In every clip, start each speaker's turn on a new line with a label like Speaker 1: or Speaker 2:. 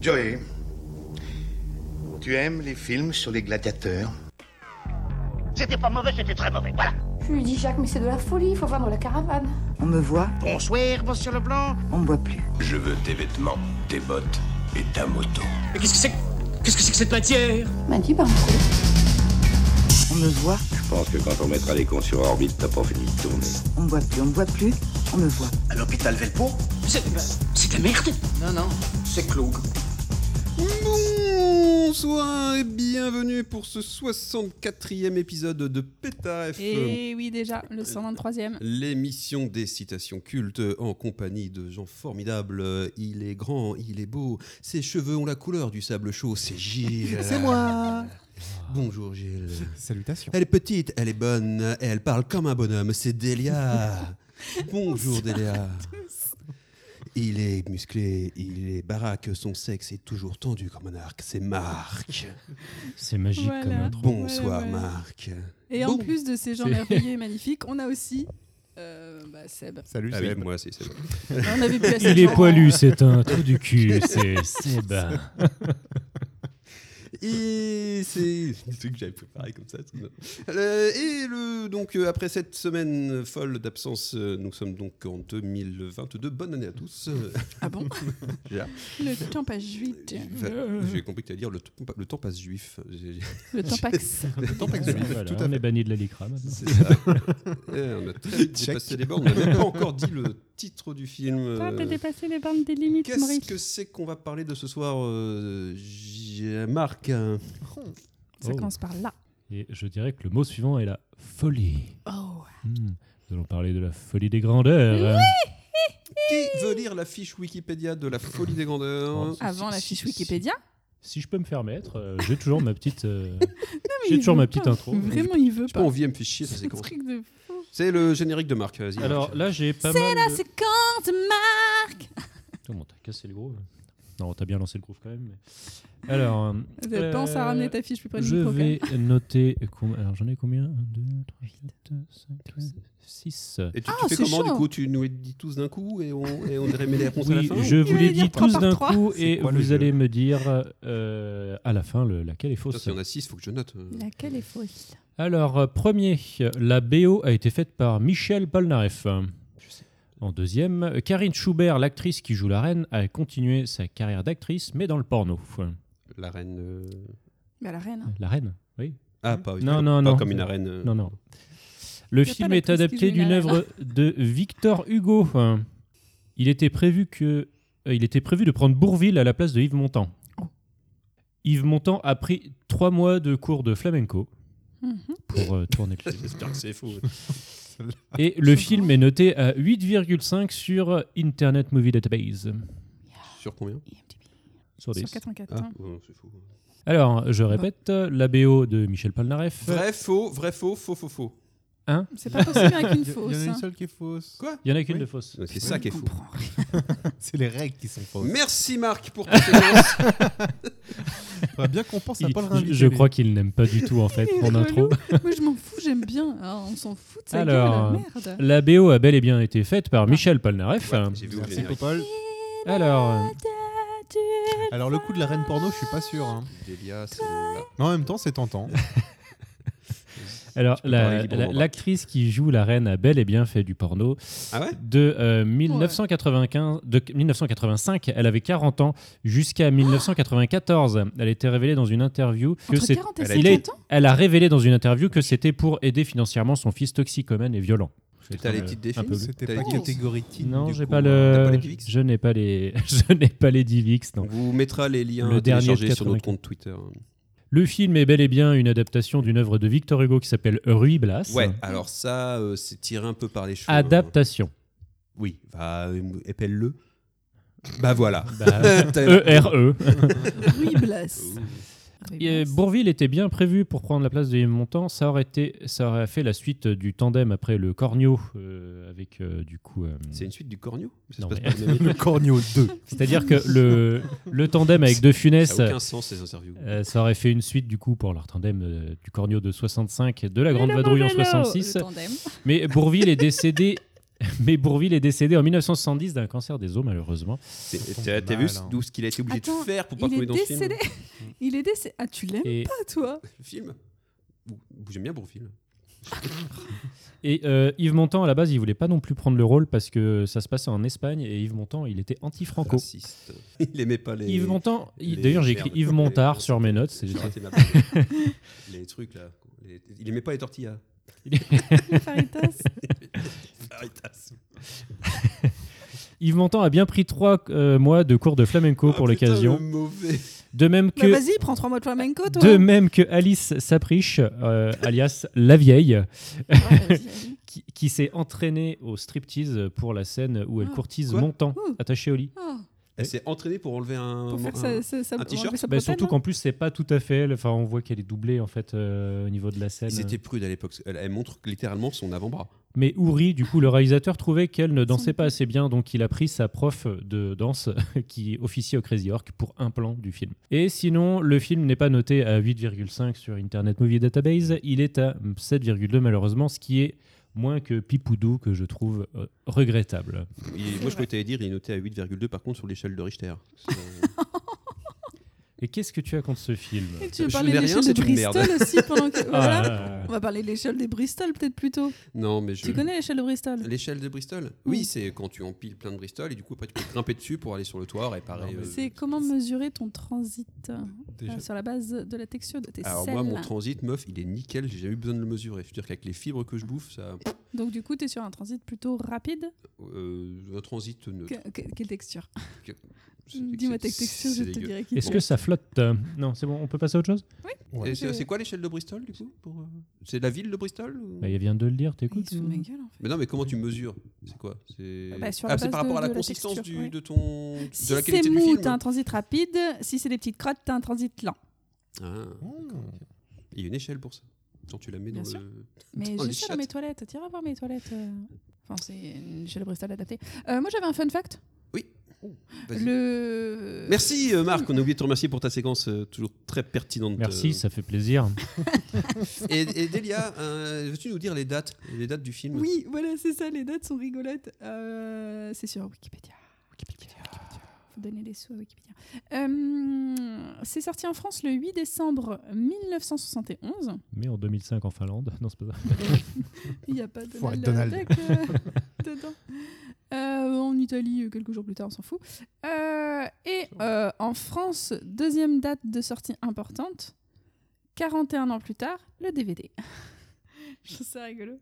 Speaker 1: Joey, tu aimes les films sur les gladiateurs
Speaker 2: C'était pas mauvais, c'était très mauvais, voilà.
Speaker 3: Je lui dis, Jacques, mais c'est de la folie, il faut vendre la caravane.
Speaker 4: On me voit,
Speaker 2: Bonsoir, monsieur Leblanc.
Speaker 4: on me voit plus.
Speaker 5: Je veux tes vêtements, tes bottes et ta moto.
Speaker 6: Mais qu'est-ce que c'est que- Qu'est-ce que c'est que cette matière
Speaker 3: Il m'a dit, ben, cool.
Speaker 4: On me voit,
Speaker 5: Je pense que quand on mettra les cons sur orbite, t'as pas fini de tourner.
Speaker 4: on me voit plus, on me voit plus, on me voit.
Speaker 7: À l'hôpital Velpo
Speaker 6: C'est c'est de la merde
Speaker 7: Non, non, c'est Cloug.
Speaker 8: Bonsoir et bienvenue pour ce 64e épisode de PETAF,
Speaker 9: Et oui, déjà,
Speaker 10: Euh,
Speaker 9: le 123e.
Speaker 8: l'émission des citations cultes en compagnie de gens formidables. Il est grand, il est beau, ses cheveux ont la couleur du sable chaud, c'est Gilles. c'est moi Bonjour Gilles.
Speaker 10: Salutations.
Speaker 8: Elle est petite, elle est bonne, et elle parle comme un bonhomme, c'est Delia. Bonjour Delia. Il est musclé, il est baraque, son sexe est toujours tendu comme un arc, c'est Marc.
Speaker 10: C'est magique
Speaker 9: Voilà.
Speaker 10: comme intro.
Speaker 8: Bonsoir
Speaker 9: Ouais, ouais.
Speaker 8: Marc.
Speaker 9: Et en
Speaker 8: Bon.
Speaker 9: plus de ces gens
Speaker 10: C'est-
Speaker 9: merveilleux et magnifiques, on a aussi euh, bah, Seb.
Speaker 10: Salut,
Speaker 8: Ah oui,
Speaker 10: Seb.
Speaker 8: moi aussi, c'est bon.
Speaker 9: On avait plus assez
Speaker 10: Il
Speaker 9: de
Speaker 10: est
Speaker 9: gens.
Speaker 10: poilu, c'est un trou du cul, c'est ben. Seb.
Speaker 8: Et c'est des trucs que j'avais préparé comme ça. tout le- Euh, et le, donc euh, après cette semaine folle d'absence, euh, nous sommes donc en 2022. Bonne année à tous. Euh,
Speaker 9: Ah bon
Speaker 8: Déjà.
Speaker 9: Le temps passe vite.
Speaker 8: enfin, J'ai compris que tu allais dire le, temps pa- le temps passe juif. Euh, J'ai-
Speaker 9: Le temps passe.
Speaker 8: Le temps passe
Speaker 10: Oui,
Speaker 8: juif.
Speaker 10: voilà,
Speaker 8: Tout à
Speaker 10: on est
Speaker 8: fait.
Speaker 10: banni de la Lycra maintenant.
Speaker 8: C'est ça. Eh, on a très vite dépassé les bornes. On n'a même pas encore dit le titre du film. Euh,
Speaker 9: dépassé les bornes des limites,
Speaker 8: Qu'est-ce que c'est qu'on va parler de ce soir, euh, J- Marc hein
Speaker 9: Ça
Speaker 10: Oh.
Speaker 9: commence par là.
Speaker 10: Et je dirais que le mot suivant est la folie.
Speaker 9: Oh.
Speaker 10: Hmm, Nous allons parler de la folie des grandeurs.
Speaker 8: Qui veut lire la fiche Wikipédia de la folie des grandeurs
Speaker 9: Avant la fiche Wikipédia.
Speaker 10: Si je peux me permettre, euh, j'ai toujours ma petite, euh,
Speaker 9: mais
Speaker 10: j'ai
Speaker 9: il
Speaker 10: toujours
Speaker 9: veut
Speaker 10: ma petite
Speaker 9: pas.
Speaker 10: intro.
Speaker 9: Vraiment, il veut
Speaker 8: Je sais pas,
Speaker 9: pas.
Speaker 8: on vient me fait chier, ça
Speaker 9: C'est
Speaker 8: c'est
Speaker 9: un
Speaker 8: con.
Speaker 9: truc de fou.
Speaker 8: C'est le générique de Marc, vas-y.
Speaker 10: Alors
Speaker 8: Marc.
Speaker 10: là, j'ai pas mal. de-
Speaker 9: Ah, C'est quand Marc
Speaker 10: Comment t'as cassé le groove Non, t'as bien lancé le groove quand même. mais- Alors, euh,
Speaker 9: Pense à ramener ta fiche plus près du
Speaker 10: Je
Speaker 9: micro. quand même.
Speaker 10: vais noter. com- Alors, j'en ai combien 1, 2, 3, 4, 5, 6.
Speaker 8: Et tu, tu
Speaker 9: Ah,
Speaker 8: fais
Speaker 9: c'est
Speaker 8: comment du
Speaker 9: chaud.
Speaker 8: coup Tu nous les dis tous d'un coup et on, et on remet les réponses à la
Speaker 10: Oui,
Speaker 8: fin
Speaker 10: je
Speaker 8: ou-
Speaker 10: vous
Speaker 9: veux
Speaker 10: les
Speaker 9: dire
Speaker 10: dis
Speaker 9: trois
Speaker 10: tous
Speaker 9: par
Speaker 10: d'un
Speaker 9: trois
Speaker 10: coup
Speaker 8: C'est
Speaker 10: et
Speaker 8: quoi le
Speaker 10: vous
Speaker 8: jeu
Speaker 10: allez me dire euh, à la fin le- laquelle est
Speaker 8: Putain,
Speaker 10: fausse.
Speaker 8: S'il y en a 6, faut que je note. euh.
Speaker 9: Laquelle est fausse
Speaker 10: Alors, euh, premier, la BO a été faite par Michel Polnareff. En deuxième, euh, Karine Schubert, l'actrice qui joue la reine, a continué sa carrière d'actrice, mais dans le porno.
Speaker 8: La reine. euh,
Speaker 9: Bah, la reine. hein.
Speaker 10: La reine Oui.
Speaker 8: Ah, pas, oui,
Speaker 10: Non,
Speaker 8: pas-
Speaker 10: non,
Speaker 8: pas
Speaker 10: non.
Speaker 8: comme une arène. euh.
Speaker 10: Non, non. Le
Speaker 9: Y a
Speaker 10: film
Speaker 9: pas
Speaker 10: est
Speaker 9: d'actrice qui
Speaker 10: adapté
Speaker 9: joue une
Speaker 10: d'une
Speaker 9: arène.
Speaker 10: œuvre de Victor Hugo. Il était prévu que euh, il était prévu de prendre Bourville à la place de Yves Montand.
Speaker 9: Oh.
Speaker 10: Yves Montand a pris trois mois de cours de flamenco
Speaker 9: Mhm.
Speaker 10: pour euh, tourner le film.
Speaker 8: J'espère que c'est faux.
Speaker 10: Et le film est noté à 8,5 sur Internet Movie Database.
Speaker 8: Sur combien
Speaker 9: IMDb.
Speaker 10: Sur
Speaker 9: Sur Ah.
Speaker 10: 10.
Speaker 9: 84.
Speaker 8: Ah,
Speaker 9: hein.
Speaker 8: bon, c'est faux.
Speaker 10: Euh. Alors, je répète, euh, la BO de Michel Polnareff.
Speaker 8: Vrai, faux, vrai, faux, faux, faux, faux.
Speaker 9: C'est pas possible avec une
Speaker 10: Il y- il y
Speaker 9: fausse. hein.
Speaker 10: seule qui est fausse.
Speaker 8: Quoi
Speaker 10: Il y en a qu'une
Speaker 8: Oui.
Speaker 10: de fausse.
Speaker 8: C'est ça qui est faux.
Speaker 10: C'est les règles qui sont fausses.
Speaker 8: Merci Marc pour ta séquence.
Speaker 10: bien qu'on pense à Je crois qu'il n'aime pas du tout en fait
Speaker 9: Il est
Speaker 10: mon intro.
Speaker 9: relou. Moi, je m'en fous, j'aime bien. Ah, on s'en fout de sa
Speaker 10: Alors, euh,
Speaker 9: gueule, merde.
Speaker 10: La BO a bel et bien été faite par Michel Polnareff.
Speaker 8: Ah. Ouais, J'ai vu au générique.
Speaker 10: Alors, euh,
Speaker 9: Alors, le coup de la reine porno, je suis pas sûr.
Speaker 11: hein.
Speaker 8: Delia, c'est là.
Speaker 10: en même temps, c'est tentant. Alors, la-
Speaker 8: parler librement, hein.
Speaker 10: la-
Speaker 8: Marc.
Speaker 10: l'actrice qui joue la reine a bel et bien fait du porno.
Speaker 8: Ah ouais
Speaker 10: De, euh, 1995, de 1985, elle avait 40 ans, jusqu'à 1994. Elle était révélée dans une interview que
Speaker 9: Entre
Speaker 10: c'est.
Speaker 9: 40 et
Speaker 10: elle a été-
Speaker 9: 50 ans
Speaker 10: Elle a révélé dans une interview que c'était pour aider financièrement son fils toxicomane et violent.
Speaker 8: T'as les titres des
Speaker 10: Un peu-
Speaker 8: films T'as les titres.
Speaker 10: catégorie Non,
Speaker 8: du
Speaker 10: j'ai
Speaker 8: coup. euh,
Speaker 10: pas
Speaker 8: T'as pas
Speaker 10: le.
Speaker 8: les DivX?
Speaker 10: Je n'ai pas les. Je n'ai pas les DivX,
Speaker 8: On
Speaker 10: non.
Speaker 8: vous mettra les liens
Speaker 10: Le
Speaker 8: à
Speaker 10: dernier de
Speaker 8: télécharger sur notre
Speaker 10: 84.
Speaker 8: compte Twitter. hein.
Speaker 10: Le film est bel et bien une adaptation d'une œuvre de Victor Hugo qui s'appelle Ruy Blas.
Speaker 8: Ouais, alors ça, euh, c'est tiré un peu par les cheveux. hein.
Speaker 10: Adaptation.
Speaker 8: Oui, bah, euh, épelle-le. Bah voilà.
Speaker 10: Bah,
Speaker 8: T'as- Oh.
Speaker 10: E-R-E.
Speaker 9: Ruy Blas. Ruy
Speaker 10: Et, euh,
Speaker 9: Blas.
Speaker 10: Bourville était bien prévu pour prendre la place de Yves Montand. Ça aurait, été, ça aurait fait la suite du tandem après le Cornio euh, avec euh, du coup. euh,
Speaker 8: C'est une suite du Cornio Ça se
Speaker 10: Non,
Speaker 8: passe
Speaker 10: mais-
Speaker 8: pas dans la même époque
Speaker 10: Cornio 2. C'est-à-dire que le, le tandem avec De Funès,
Speaker 8: Ça n'a aucun sens, ces interviews.
Speaker 10: euh, ça aurait fait une suite du coup pour leur tandem euh, du Cornio de 65 et de la
Speaker 9: Mais
Speaker 10: Grande
Speaker 9: le
Speaker 10: Vadrouille en
Speaker 9: mauvais lot,
Speaker 10: 66.
Speaker 9: le tandem.
Speaker 10: Mais Bourville est décédé mais Bourvil est décédé en 1970 d'un cancer des os, malheureusement.
Speaker 8: C'est-
Speaker 11: tombe
Speaker 8: T'as t'as
Speaker 11: mal,
Speaker 8: vu
Speaker 11: hein.
Speaker 8: d'où ce qu'il a été obligé
Speaker 9: Attends,
Speaker 8: de faire pour pas
Speaker 9: il est
Speaker 8: trouver dans ce film
Speaker 9: décédé. Il est décédé. Ah, tu l'aimes
Speaker 10: Et-
Speaker 9: pas, toi
Speaker 8: Le film Ouh, J'aime bien Bourvil.
Speaker 10: Et euh, Yves Montand, à la base, il voulait pas non plus prendre le rôle parce que ça se passait en Espagne et Yves Montand, il était anti-franco.
Speaker 8: Raciste. Il aimait pas les.
Speaker 10: Yves Montand, il-
Speaker 8: les-
Speaker 10: d'ailleurs, j'ai écrit
Speaker 8: merde.
Speaker 10: Yves Montard sur mes notes. c'est-
Speaker 8: J'ai raté ma blague. Les trucs là. Les- Il aimait pas les tortillas.
Speaker 10: Les
Speaker 9: faritas.
Speaker 8: Les faritas.
Speaker 10: Yves Montand a bien pris trois euh, mois de cours de flamenco pour
Speaker 8: Ah, putain,
Speaker 10: l'occasion.
Speaker 8: le mauvais.
Speaker 10: De même que.
Speaker 9: Bah vas-y, prends trois mois de flamenco, toi. Ah,
Speaker 10: De même que Alice Sapriche, euh, alias La Vieille, qui, qui s'est entraînée au striptease pour la scène où elle
Speaker 9: Ah,
Speaker 10: courtise
Speaker 8: quoi
Speaker 10: Montant, attachée au lit. Bah,
Speaker 9: Ah.
Speaker 8: Elle s'est entraînée pour enlever un,
Speaker 9: Pour faire
Speaker 8: un-
Speaker 9: sa- sa- sa-
Speaker 8: euh, un
Speaker 9: enlever
Speaker 8: t-shirt.
Speaker 9: sa
Speaker 10: Bah,
Speaker 9: propelle,
Speaker 10: surtout
Speaker 9: là.
Speaker 10: qu'en plus, c'est pas tout à fait elle. Enfin, on voit qu'elle est doublée en fait euh, au niveau de la scène.
Speaker 8: Ils étaient prudes à l'époque. Elle, elle montre littéralement son avant-bras.
Speaker 10: Mais Ouri, du coup, le réalisateur trouvait qu'elle ne dansait pas assez bien, donc il a pris sa prof de danse qui officie au Crazy Orc pour un plan du film. Et sinon, le film n'est pas noté à 8,5 sur Internet Movie Database, il est à 7,2 malheureusement, ce qui est moins que Pipoudou que je trouve euh, regrettable.
Speaker 8: Il- moi, je pouvais t'aller dire, il est noté à 8,2 par contre sur l'échelle de Richter. euh,
Speaker 10: Et qu'est-ce que tu as contre ce film
Speaker 9: Et tu veux
Speaker 8: Je
Speaker 9: parler
Speaker 8: n'ai
Speaker 9: de
Speaker 8: rien,
Speaker 9: l'échelle de
Speaker 8: c'est une
Speaker 9: Bristol
Speaker 8: merde.
Speaker 9: aussi pendant que.
Speaker 8: Ah,
Speaker 9: voilà.
Speaker 8: là, là.
Speaker 9: On va parler de l'échelle de Bristol peut-être plutôt.
Speaker 8: Non, mais je.
Speaker 9: Tu connais l'échelle de Bristol
Speaker 8: L'échelle de Bristol Oui, c'est quand tu empiles plein de Bristol et du coup, après, tu peux grimper dessus pour aller sur le toit, réparer. euh,
Speaker 9: C'est comment mesurer ton transit euh,
Speaker 8: Déjà.
Speaker 9: sur la base de la texture de tes
Speaker 8: Alors,
Speaker 9: selles.
Speaker 8: moi, mon transit, meuf, il est nickel, j'ai jamais eu besoin de le mesurer. Je veux dire qu'avec les fibres que je bouffe, ça.
Speaker 9: Donc du coup, tu es sur un transit plutôt rapide.
Speaker 8: euh, un transit neutre.
Speaker 9: Que- que- quelle texture
Speaker 8: Que-
Speaker 9: Dis-moi ta
Speaker 8: c'est-
Speaker 9: texture,
Speaker 8: c'est
Speaker 9: je te
Speaker 8: dégueu.
Speaker 9: dirai qui.
Speaker 10: Est-ce
Speaker 9: c'est.
Speaker 10: que ça flotte euh, Non, c'est bon, on peut passer à autre chose
Speaker 9: Oui.
Speaker 8: Et C'est c'est quoi l'échelle de Bristol, du coup pour, euh, C'est la ville de Bristol ou-
Speaker 10: Bah, Il vient de le dire, t'écoutes ou-
Speaker 8: Mais non, mais comment tu mesures C'est quoi C'est
Speaker 9: Bah, sur
Speaker 8: Ah,
Speaker 9: la
Speaker 8: c'est
Speaker 9: base
Speaker 8: par rapport
Speaker 9: de-
Speaker 8: à la
Speaker 9: de la
Speaker 8: consistance
Speaker 9: texture,
Speaker 8: du-
Speaker 9: ouais.
Speaker 8: de ton.
Speaker 9: Si
Speaker 8: de la
Speaker 9: c'est
Speaker 8: qualité du
Speaker 9: mou,
Speaker 8: film
Speaker 9: t'as un transit rapide. Si c'est des petites crottes, t'as un transit lent.
Speaker 8: Ah,
Speaker 10: Oh.
Speaker 8: d'accord, ok. Il y a une échelle pour ça. Quand tu la mets
Speaker 9: Bien
Speaker 8: dans
Speaker 9: sûr.
Speaker 8: le.
Speaker 9: Mais
Speaker 8: dans Oh, les
Speaker 9: je suis dans
Speaker 8: chiottes.
Speaker 9: mes toilettes. T'iras voir mes toilettes. euh. Enfin, c'est une échelle de Bristol adaptée. Euh, moi, j'avais un fun fact.
Speaker 8: Oui. Vas-y.
Speaker 9: Le.
Speaker 8: Merci euh, Marc, on a oublié de te remercier pour ta séquence euh, toujours très pertinente.
Speaker 10: Merci, ça fait plaisir.
Speaker 8: Euh, Et, et Delia, euh, veux-tu nous dire les dates, les dates du film
Speaker 9: Oui, voilà, c'est ça, les dates sont rigolotes. Euh, c'est sur Wikipédia. Wikipédia. Faut donner les sous à Wikipédia. Euh, c'est sorti en France le 8 décembre 1971.
Speaker 10: Mais en 2005 en Finlande, non, c'est pas ça.
Speaker 9: Il n'y a pas
Speaker 10: Faut
Speaker 9: Donald,
Speaker 10: Donald.
Speaker 9: Duck, euh, dedans. Euh, en Italie, euh, quelques jours plus tard, on s'en fout. Euh, et euh, en France, deuxième date de sortie importante, 41 ans plus tard, le DVD. Je trouve ça rigolo.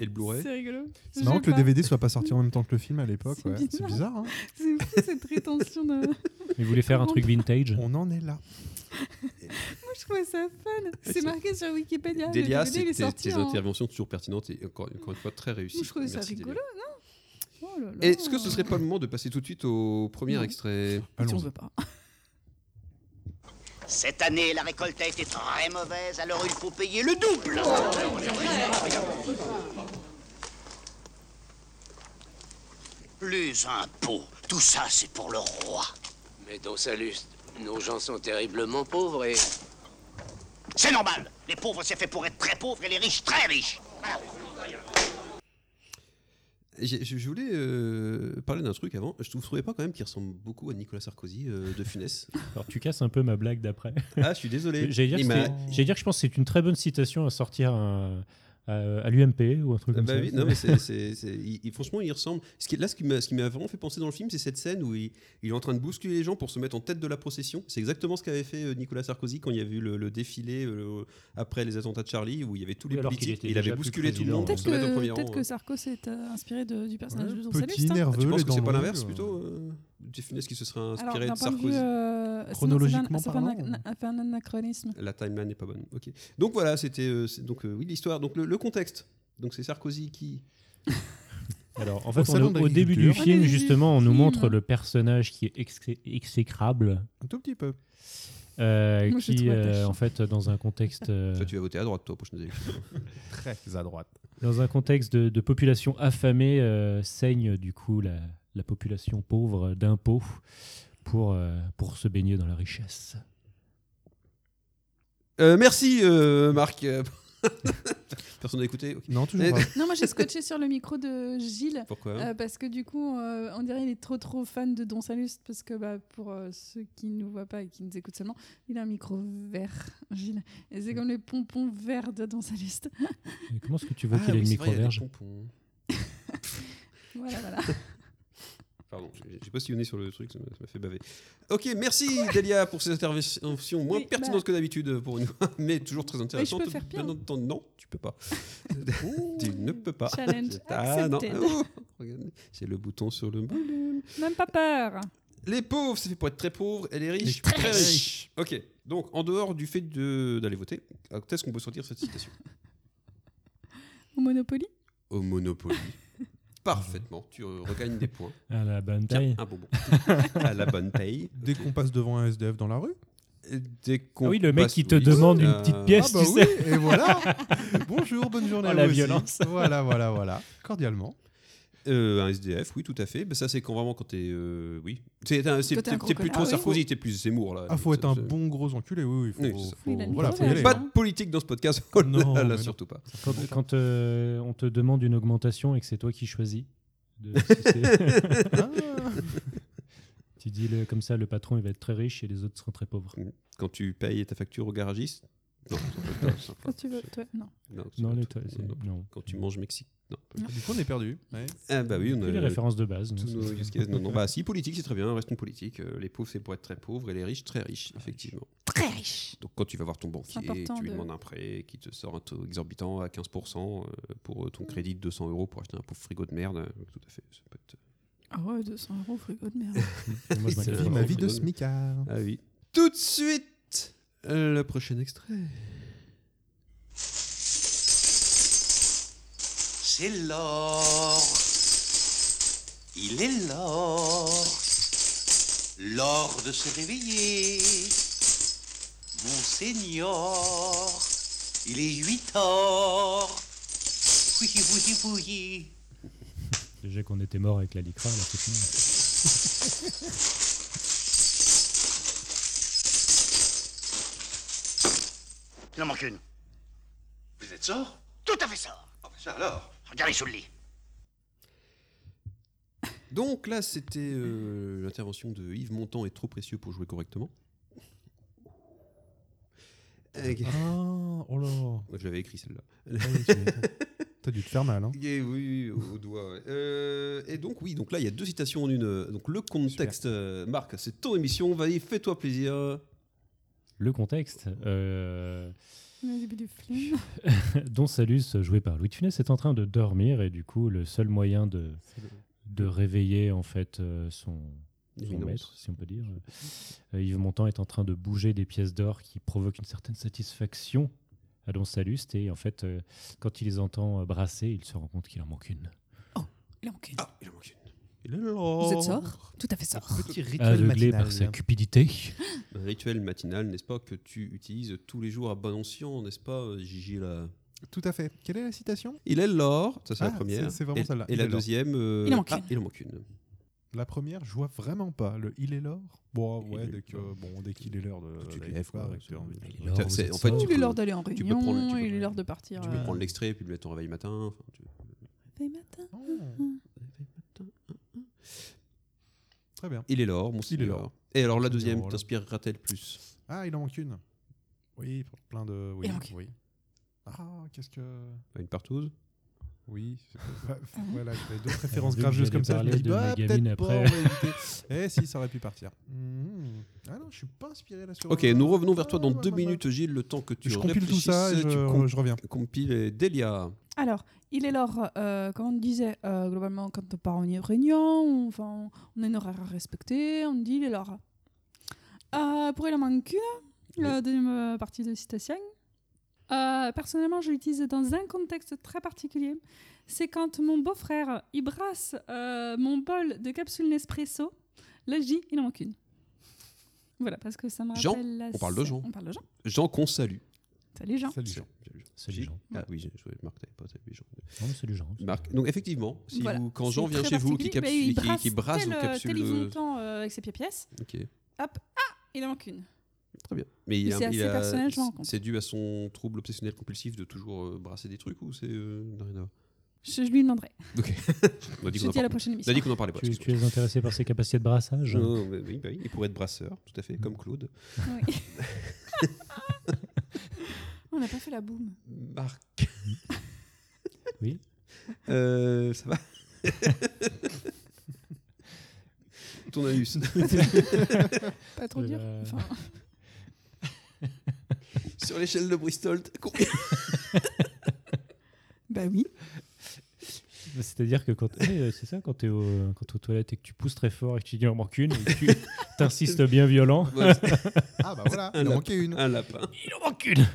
Speaker 8: Et le Blu-ray
Speaker 9: C'est rigolo.
Speaker 11: C'est marrant
Speaker 9: Je
Speaker 11: que le
Speaker 9: sais
Speaker 11: DVD soit pas sorti en même temps que le film à l'époque. ouais. C'est bizarre. hein.
Speaker 9: C'est fou, cette rétention de.
Speaker 10: Il voulait faire un truc vintage.
Speaker 11: On en est là.
Speaker 9: Moi, je trouvais ça fun. C'est marqué sur Wikipédia. le
Speaker 8: Delia,
Speaker 9: DVD, il
Speaker 8: c'est-
Speaker 9: est
Speaker 8: tes,
Speaker 9: sorti
Speaker 8: tes
Speaker 9: en-
Speaker 8: interventions sont toujours pertinentes et encore, encore une fois très réussies.
Speaker 9: Moi, je trouvais ça
Speaker 8: Merci,
Speaker 9: rigolo,
Speaker 8: Delia.
Speaker 9: non Oh là là.
Speaker 8: Est-ce que ce serait pas le moment de passer tout de suite au premier
Speaker 9: Non.
Speaker 8: extrait
Speaker 9: Si on veut pas.
Speaker 1: Cette année, la récolte a été très mauvaise, alors il faut payer le double. Les impôts, tout ça c'est pour le roi.
Speaker 12: Mais dans Salus, nos gens sont terriblement pauvres et.
Speaker 1: C'est normal. Les pauvres, c'est fait pour être très pauvres et les riches, très riches.
Speaker 8: J'ai- Je, je voulais euh, parler d'un truc avant. Je ne trouvais pas quand même qu'il ressemble beaucoup à Nicolas Sarkozy euh, de Funès.
Speaker 10: Alors tu casses un peu ma blague d'après.
Speaker 8: Ah, je suis désolé.
Speaker 10: J'allais dire,
Speaker 8: Il
Speaker 10: que
Speaker 8: m'a-
Speaker 10: c'était- j'allais dire que je pense que c'est une très bonne citation à sortir euh, à, à l'UMP ou un truc
Speaker 8: Ah
Speaker 10: comme
Speaker 8: bah
Speaker 10: ça.
Speaker 8: oui, non, mais c'est- c'est- c'est- il- il- franchement, il ressemble. Ce qui, là, ce qui m'a ce qui m'a vraiment fait penser dans le film, c'est cette scène où il, il est en train de bousculer les gens pour se mettre en tête de la procession. C'est exactement ce qu'avait fait euh, Nicolas Sarkozy quand il y avait eu le, le défilé euh, après les attentats de Charlie, où il y avait tous les
Speaker 10: Oui, alors qu'il
Speaker 8: politiques.
Speaker 10: était
Speaker 8: et Il avait
Speaker 10: déjà plus
Speaker 8: bousculé tout le
Speaker 10: président, euh,
Speaker 8: monde pour
Speaker 9: Peut-être
Speaker 8: se mettre au premier
Speaker 9: que,
Speaker 8: rang.
Speaker 9: peut-être que Sarko s'est euh, inspiré de- du personnage
Speaker 11: Ouais,
Speaker 9: de Don
Speaker 11: petit
Speaker 9: Salus, hein.
Speaker 11: nerveux.
Speaker 10: Ah,
Speaker 8: Tu penses que
Speaker 11: les
Speaker 8: c'est
Speaker 11: dents
Speaker 8: pas
Speaker 11: longues,
Speaker 8: l'inverse
Speaker 11: euh.
Speaker 8: plutôt euh, Des funès qui se serait
Speaker 9: Alors,
Speaker 8: inspiré
Speaker 9: d'un
Speaker 8: de
Speaker 9: point de vue.
Speaker 8: Sarkozy
Speaker 9: euh, sinon,
Speaker 11: Chronologiquement
Speaker 9: c'est un- c'est un- un
Speaker 11: parlant.
Speaker 9: anachronisme.
Speaker 8: La timeline n'est pas bonne. Ok. Donc voilà, c'était euh, c'est- donc euh, oui l'histoire. Donc le, le contexte. Donc c'est Sarkozy qui.
Speaker 10: Alors en fait, on est
Speaker 11: salon
Speaker 10: au,
Speaker 11: d'agriculture.
Speaker 10: début du
Speaker 11: Au
Speaker 10: film,
Speaker 9: début du
Speaker 10: justement, on nous
Speaker 9: film.
Speaker 10: montre le personnage qui est exé- exécrable,
Speaker 11: Un tout petit peu.
Speaker 10: euh,
Speaker 9: Moi, je
Speaker 10: qui
Speaker 9: le trouve
Speaker 10: euh,
Speaker 9: attachant.
Speaker 10: en fait dans un contexte euh,
Speaker 8: Toi, tu vas voter à droite, toi, pour prochaine élection.
Speaker 11: Très à droite.
Speaker 10: dans un contexte de, de population affamée euh, saigne du coup la, la population pauvre d'impôts pour euh, pour se baigner dans la richesse.
Speaker 8: Euh, merci euh, Marc. euh, Personne n'a écouté Ok.
Speaker 11: Non,
Speaker 8: Eh,
Speaker 11: toujours pas.
Speaker 9: Non, moi j'ai scotché sur le micro de Gilles.
Speaker 8: Pourquoi hein
Speaker 9: euh, Parce que du coup, euh, on dirait qu'il est trop trop fan de Don Salus. Parce que bah, pour euh, ceux qui ne nous voient pas et qui nous écoutent seulement, il a un micro vert, Gilles. Et c'est comme les pompons verts de Don Salus.
Speaker 10: Mais comment est-ce que tu veux
Speaker 8: Ah
Speaker 10: qu'il ait
Speaker 8: oui,
Speaker 10: le
Speaker 8: c'est vrai, il y a des
Speaker 10: micro-verge
Speaker 8: pompons.
Speaker 9: voilà, voilà.
Speaker 8: Pardon, j'ai- j'ai postillonné sur le truc, ça m'a ça m'a fait baver. Ok, merci Delia pour ces interventions moins
Speaker 9: Oui,
Speaker 8: pertinentes
Speaker 9: bah.
Speaker 8: que d'habitude euh, pour une fois, mais toujours très intéressantes.
Speaker 9: faire pire.
Speaker 8: Maintenant, t'en- Non, tu peux pas. tu ne peux pas.
Speaker 9: Challenge
Speaker 8: Ah, non.
Speaker 9: accepted.
Speaker 8: Oh, regardez, C'est le bouton sur le bas.
Speaker 9: Même pas peur.
Speaker 8: Les pauvres, c'est fait pour être très pauvre, et les riches,
Speaker 9: Très
Speaker 8: très, riches. Ok, donc en dehors du fait de- d'aller voter, quand est-ce qu'on peut sortir cette citation
Speaker 9: Au Monopoly
Speaker 8: Au Monopoly. Parfaitement, tu euh, regagnes des points.
Speaker 10: À la bonne
Speaker 8: Tiens,
Speaker 10: taille.
Speaker 8: un bonbon. à la bonne paye.
Speaker 11: Dès qu'on passe devant un SDF dans la rue.
Speaker 8: Dès qu'on
Speaker 10: Ah oui, le mec
Speaker 8: passe-
Speaker 10: qui te
Speaker 8: oui,
Speaker 10: demande une
Speaker 8: euh,
Speaker 10: petite pièce,
Speaker 11: ah bah
Speaker 10: tu
Speaker 11: oui,
Speaker 10: sais.
Speaker 11: et voilà. Bonjour, bonne journée.
Speaker 10: Oh,
Speaker 11: à
Speaker 10: la
Speaker 11: vous aussi.
Speaker 10: violence.
Speaker 11: Voilà, voilà, voilà. Cordialement.
Speaker 8: Euh, un SDF, oui, tout à fait. Ben, ça, c'est quand vraiment quand t'es. euh, oui. C'est un- c'est-
Speaker 9: Quand t'es un
Speaker 8: T'es t'es plus
Speaker 9: crocodile.
Speaker 8: trop
Speaker 9: Ah oui.
Speaker 8: Sarkozy, t'es plus Zemmour, là.
Speaker 11: Ah, faut être un
Speaker 8: C'est-
Speaker 11: bon gros enculé, oui, oui. Faut,
Speaker 8: Oui, c'est ça.
Speaker 11: faut-
Speaker 9: Oui, il a le
Speaker 11: voilà,
Speaker 9: micro
Speaker 11: faut y aller.
Speaker 9: vert.
Speaker 8: Pas de politique dans ce podcast. Oh là
Speaker 11: Non,
Speaker 8: là,
Speaker 11: mais non.
Speaker 8: surtout pas.
Speaker 10: Quand, quand, euh, on te demande une augmentation et que c'est toi qui choisis. de- si c'est-
Speaker 11: Ah.
Speaker 10: tu dis le- comme ça, le patron il va être très riche et les autres seront très pauvres.
Speaker 8: Quand tu payes ta facture au garagiste. Non, c'est pas- c'est pas-
Speaker 9: Quand tu veux. toi- Non.
Speaker 8: non, c'est
Speaker 10: Non,
Speaker 8: pas
Speaker 10: les
Speaker 8: tout.
Speaker 10: toits, c'est-
Speaker 8: Non.
Speaker 10: non.
Speaker 8: Quand tu manges Mexique. Non.
Speaker 11: Du coup, on est perdu. ouais.
Speaker 8: Ah, bah oui, on
Speaker 10: Que les
Speaker 8: a.
Speaker 10: références de base. non,
Speaker 8: tous nos
Speaker 10: c'est-
Speaker 8: Yuskes. Non, non, bah si, politique, c'est très bien, restons politique. Euh, les pauvres, c'est pour être très pauvres et les riches, très riches, effectivement.
Speaker 9: Très riche.
Speaker 8: Donc quand tu vas voir ton banquier,
Speaker 9: Ah, important
Speaker 8: tu lui
Speaker 9: de-
Speaker 8: demandes un prêt qui te sort un taux exorbitant à 15% euh, pour euh, ton crédit de 200 euros pour acheter un pauvre frigo de merde, euh, tout à fait. ça peut être-
Speaker 9: Ah ouais, 200 euros, frigo de merde.
Speaker 10: Moi, je
Speaker 8: C'est
Speaker 10: m'inquiète
Speaker 8: vrai.
Speaker 10: pas.
Speaker 11: Ma vie de
Speaker 8: Bonne.
Speaker 11: smicard.
Speaker 8: Ah oui. Tout de suite, euh, le prochain extrait.
Speaker 1: C'est l'or. Il est l'or. L'or de se réveiller. Monseigneur. Il est 8 heures. Oui, oui, oui.
Speaker 10: Déjà qu'on était mort avec la licra, là, c'est fini.
Speaker 1: Il en manque une.
Speaker 7: Vous êtes sort
Speaker 1: Tout à fait Ah, ben ça.
Speaker 7: Ça alors
Speaker 1: Regardez sous le lit.
Speaker 8: Donc là, c'était euh, l'intervention de Yves Montand est trop précieux pour jouer correctement. Euh,
Speaker 11: Ah, oh là.
Speaker 8: Je l'avais écrit celle-là.
Speaker 11: Ah oui, c'est- T'as dû te faire mal. Hein.
Speaker 8: Et oui, oui, au au doigt. ouais. Euh, et donc, oui, donc là, il y a deux citations en une. Euh, Donc, le contexte, euh, Marc, c'est ton émission. Vas-y, fais-toi plaisir.
Speaker 10: Le contexte. euh,
Speaker 9: Le début du film.
Speaker 10: Don Salus, euh, joué par Louis de Funès, est en train de dormir et du coup, le seul moyen de, de réveiller en fait euh, son, son
Speaker 8: Éminence.
Speaker 10: maître, si on peut dire, euh, Yves Montand est en train de bouger des pièces d'or qui provoquent une certaine satisfaction à Don Salus et en fait, euh, quand il les entend euh, brasser, il se rend compte qu'il en manque une.
Speaker 9: Il en manque une.
Speaker 8: Ah, il en manque une.
Speaker 9: Vous êtes sort Tout à fait sort.
Speaker 11: Petit rituel
Speaker 10: Ah, Aveuglé
Speaker 11: matinal.
Speaker 10: par sa cupidité.
Speaker 8: Un rituel matinal, n'est-ce pas, que tu utilises tous les jours à bon escient, n'est-ce pas, euh, Gigi là
Speaker 11: Tout à fait. Quelle est la citation
Speaker 8: Il est l'or. Ça, c'est la
Speaker 11: Ah,
Speaker 8: première.
Speaker 11: c'est- c'est vraiment
Speaker 8: et,
Speaker 11: celle-là.
Speaker 8: Et
Speaker 11: Il
Speaker 8: la
Speaker 11: est l'or.
Speaker 8: deuxième. euh,
Speaker 9: Il en manque
Speaker 8: ah,
Speaker 9: une.
Speaker 8: Il en manque une.
Speaker 11: La première, je vois vraiment pas. Le il est l'or Bon,
Speaker 8: Il
Speaker 11: ouais,
Speaker 8: est
Speaker 11: dès que-
Speaker 8: l'or.
Speaker 11: bon, dès qu'il est l'heure de.
Speaker 8: Tu te
Speaker 11: d'aller
Speaker 8: lèves,
Speaker 11: voir
Speaker 8: quoi,
Speaker 11: et que
Speaker 8: c'est-
Speaker 11: t'as envie de-
Speaker 10: Il est l'or,
Speaker 8: Ça, c'est-
Speaker 10: vous
Speaker 8: en
Speaker 10: êtes
Speaker 8: fait,
Speaker 10: sort.
Speaker 8: tu
Speaker 9: Il est
Speaker 8: peux-
Speaker 9: l'heure d'aller en
Speaker 8: tu peux
Speaker 9: réunion,
Speaker 8: prendre le- tu peux
Speaker 9: il est
Speaker 8: prendre-
Speaker 9: l'heure de partir. euh,
Speaker 8: Tu peux prendre l'extrait et puis le mettre en réveil matin. enfin, tu-
Speaker 9: les matins.
Speaker 11: Oh, Très bien.
Speaker 8: Il est l'or, mon style
Speaker 11: Il est
Speaker 8: est
Speaker 11: l'or.
Speaker 8: l'or. Et alors, la
Speaker 11: C'est bien,
Speaker 8: deuxième
Speaker 11: voilà.
Speaker 8: t'inspirera-t-elle plus
Speaker 11: Ah, il en manque une. Oui, pour plein de. Oui,
Speaker 9: Il en manque une.
Speaker 11: oui. Ah, qu'est-ce que.
Speaker 8: Une partouze
Speaker 11: Oui, c'est pas- bah, voilà, j'avais
Speaker 10: Ah,
Speaker 11: d'autres références
Speaker 10: vu que
Speaker 11: graveuses
Speaker 10: j'allais
Speaker 11: comme ça. Je me
Speaker 10: parler
Speaker 11: dis,
Speaker 10: de
Speaker 11: bah,
Speaker 10: Megamine
Speaker 11: peut-être pas, on
Speaker 10: après.
Speaker 11: va éviter. Eh si, ça aurait pu partir. Mhm. Ah non, je suis pas inspiré là sur.
Speaker 8: Ok,
Speaker 11: euh,
Speaker 8: nous revenons vers toi dans
Speaker 11: ah, bah,
Speaker 8: deux
Speaker 11: bah,
Speaker 8: minutes, Gilles, le temps que tu
Speaker 11: Je compile tout ça et
Speaker 8: réfléchisses, tu
Speaker 11: je,
Speaker 8: com-
Speaker 11: je reviens.
Speaker 8: compiles et Delia.
Speaker 9: Alors, il est l'heure, euh, comme on disait, euh, globalement, quand on part en réunion, on, enfin, on a un horaire à respecter, on dit il est l'heure. Euh, pour il en manque une, la deuxième euh, partie de citation. Euh, personnellement, je l'utilise dans un contexte très particulier. C'est quand mon beau-frère, il brasse euh, mon bol de capsule Nespresso. Là, je dis, il en manque une. Voilà, parce que ça me rappelle...
Speaker 8: Jean,
Speaker 9: la-
Speaker 8: on parle de Jean.
Speaker 9: On parle de Jean.
Speaker 8: Jean qu'on salue.
Speaker 9: Salut Jean.
Speaker 11: Salut Jean.
Speaker 8: Salut Jean.
Speaker 10: Salut Jean.
Speaker 8: Ah oui, je- je voyais que Marc, t'avais pas salué Jean.
Speaker 10: Non, mais c'est du genre.
Speaker 8: Marc, donc effectivement, si
Speaker 9: Voilà.
Speaker 8: vous- quand
Speaker 9: C'est
Speaker 8: Jean vient
Speaker 9: très
Speaker 8: chez vous, qui,
Speaker 9: particulier. Mais il
Speaker 8: capsule- qui, qui
Speaker 9: brasse
Speaker 8: brasse
Speaker 9: tel,
Speaker 8: vos
Speaker 9: euh, tel
Speaker 8: capsules.
Speaker 9: Yves Montand, euh, avec ses pieds pièces,
Speaker 8: Ok.
Speaker 9: il en manque une.
Speaker 8: Très bien. Mais il
Speaker 9: Mais
Speaker 8: a-
Speaker 9: c'est à
Speaker 8: il
Speaker 9: ses
Speaker 8: a-
Speaker 9: personnages, je me rends compte.
Speaker 8: C'est dû à son trouble obsessionnel compulsif de toujours euh, brasser des trucs ou c'est euh, n'a rien à voir
Speaker 9: Je, je lui demanderai.
Speaker 8: Ok. On a dit
Speaker 9: Je
Speaker 8: qu'on en
Speaker 9: dis à la
Speaker 8: parle-
Speaker 9: prochaine
Speaker 8: On a dit
Speaker 9: émission.
Speaker 8: qu'on en parlait pas.
Speaker 10: Tu,
Speaker 8: excuse-moi.
Speaker 10: tu es intéressé par ses capacités de brassage
Speaker 8: Non, non, mais oui, bah oui, il pourrait être brasseur, tout à fait,
Speaker 11: Mm.
Speaker 8: comme Claude.
Speaker 9: Oui. On n'a pas fait la boum.
Speaker 8: Marc.
Speaker 10: Oui.
Speaker 8: Euh, ça va Ton anus.
Speaker 9: Pas trop dur.
Speaker 10: Euh,
Speaker 9: Enfin,
Speaker 8: Sur l'échelle de Bristol, t'as combien
Speaker 9: bah oui.
Speaker 10: C'est-à-dire que quand eh, euh, c'est ça quand t'es au- quand t'es aux toilettes et que tu pousses très fort et que tu dis en manque une et que tu t'insistes bien violent.
Speaker 8: Ouais.
Speaker 11: Ah, bah voilà, il en
Speaker 8: lap-
Speaker 11: manquait une.
Speaker 8: Un lapin.
Speaker 10: Il en manque une.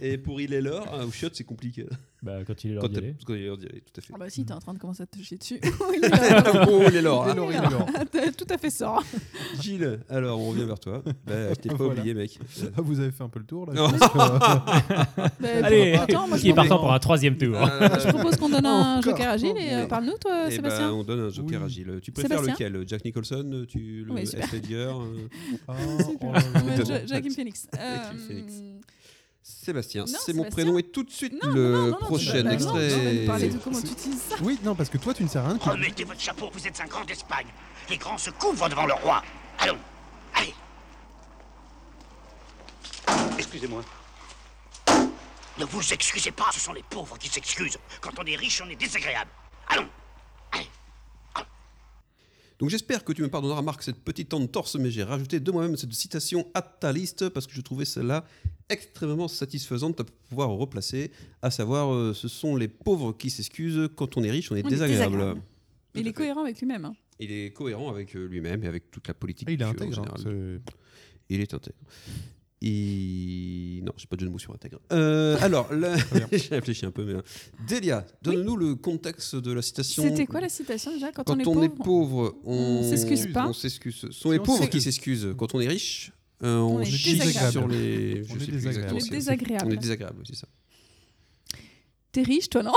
Speaker 8: Et pour il est l'heure, un shot c'est compliqué.
Speaker 10: Bah, quand il est l'heure
Speaker 8: Quand
Speaker 10: d'y
Speaker 8: t'as-
Speaker 10: aller.
Speaker 8: quand il est l'heure d'y aller, tout à fait.
Speaker 9: Ah bah si, t'es en train de commencer à te chier dessus. Oh, il est là.
Speaker 8: Oh, il est là, hein.
Speaker 9: Il est là. T'as Tout à fait ça.
Speaker 8: Gilles, alors on revient vers toi. Bah, je t'ai pas
Speaker 11: Voilà.
Speaker 8: oublié, mec. Euh,
Speaker 11: Ah, vous avez fait un peu le tour là.
Speaker 8: Non.
Speaker 11: je pense que-
Speaker 9: Bah,
Speaker 10: Allez,
Speaker 9: pourtant, moi, je
Speaker 10: il est
Speaker 9: propose-
Speaker 10: partant pour un troisième tour.
Speaker 9: Je propose qu'on donne un
Speaker 11: Encore.
Speaker 9: joker à Gilles et euh, parle-nous, toi,
Speaker 8: Eh ben,
Speaker 9: Sébastien.
Speaker 8: on donne un joker
Speaker 11: Oui.
Speaker 8: à Gilles. Tu préfères
Speaker 9: Sébastien
Speaker 8: lequel Jack Nicholson tu, Le
Speaker 9: Oui,
Speaker 8: Heath
Speaker 9: super.
Speaker 8: Ledger euh,
Speaker 11: Ah,
Speaker 9: Super.
Speaker 11: oh là là.
Speaker 9: Ouais, Jo- Joaquin Phoenix.
Speaker 8: Joaquin
Speaker 9: Euh,
Speaker 8: Phoenix. Sébastien,
Speaker 9: Non,
Speaker 8: c'est mon
Speaker 9: Sébastien.
Speaker 8: prénom et tout de suite
Speaker 9: Non,
Speaker 8: le
Speaker 9: non, non, non, tu
Speaker 8: Euh, prochain
Speaker 9: vas- bah non, tu vas nous parler
Speaker 8: extrait.
Speaker 9: de comment tu utilises ça.
Speaker 11: Oui, non, parce que toi, tu ne sais rien.
Speaker 8: Ah,
Speaker 11: Ah, tu-
Speaker 1: Remettez votre chapeau, vous êtes un grand d'Espagne. Les grands se couvrent devant le roi. Allons, allez. Excusez-moi. Ne vous excusez pas, ce sont les pauvres qui s'excusent. Quand on est riche, on est désagréable. Allons, allez.
Speaker 8: Donc j'espère que tu me pardonneras, Marc, cette petite entorse, mais j'ai rajouté de moi-même cette citation à ta liste parce que je trouvais celle-là extrêmement satisfaisante à pouvoir replacer. À savoir, euh, ce sont les pauvres qui s'excusent quand on est riche, on est
Speaker 9: On est
Speaker 8: désagréable.
Speaker 9: désagréable.
Speaker 8: Tout à
Speaker 9: Il est
Speaker 8: fait.
Speaker 9: cohérent avec lui-même. hein.
Speaker 8: Il est cohérent avec euh, lui-même et avec toute la politique.
Speaker 11: Ah, il est
Speaker 8: euh, en
Speaker 11: intègre. hein,
Speaker 8: général.
Speaker 11: c'est-
Speaker 8: Il est intègre. Il... Non, j'ai pas de jeu de mots sur intègre. Euh, alors, là, j'ai réfléchi un peu, mais. euh, Delia, donne-nous le contexte de la citation.
Speaker 9: C'était quoi la citation déjà Quand,
Speaker 8: Quand
Speaker 9: on est pauvre,
Speaker 8: pauvre, on
Speaker 9: on s'excuse pas.
Speaker 8: On s'excuse. Ce sont les
Speaker 11: on
Speaker 8: pauvres
Speaker 11: s'excuse.
Speaker 8: qui s'excusent. Quand on est riche, euh, on,
Speaker 9: On est
Speaker 8: chie
Speaker 9: désagréable.
Speaker 8: sur les. je
Speaker 11: On est
Speaker 8: sais plus exactement
Speaker 11: désagréable.
Speaker 9: On est
Speaker 8: ce que c'est.
Speaker 9: désagréable.
Speaker 8: On est désagréable, c'est ça.
Speaker 9: t'es riche, toi, non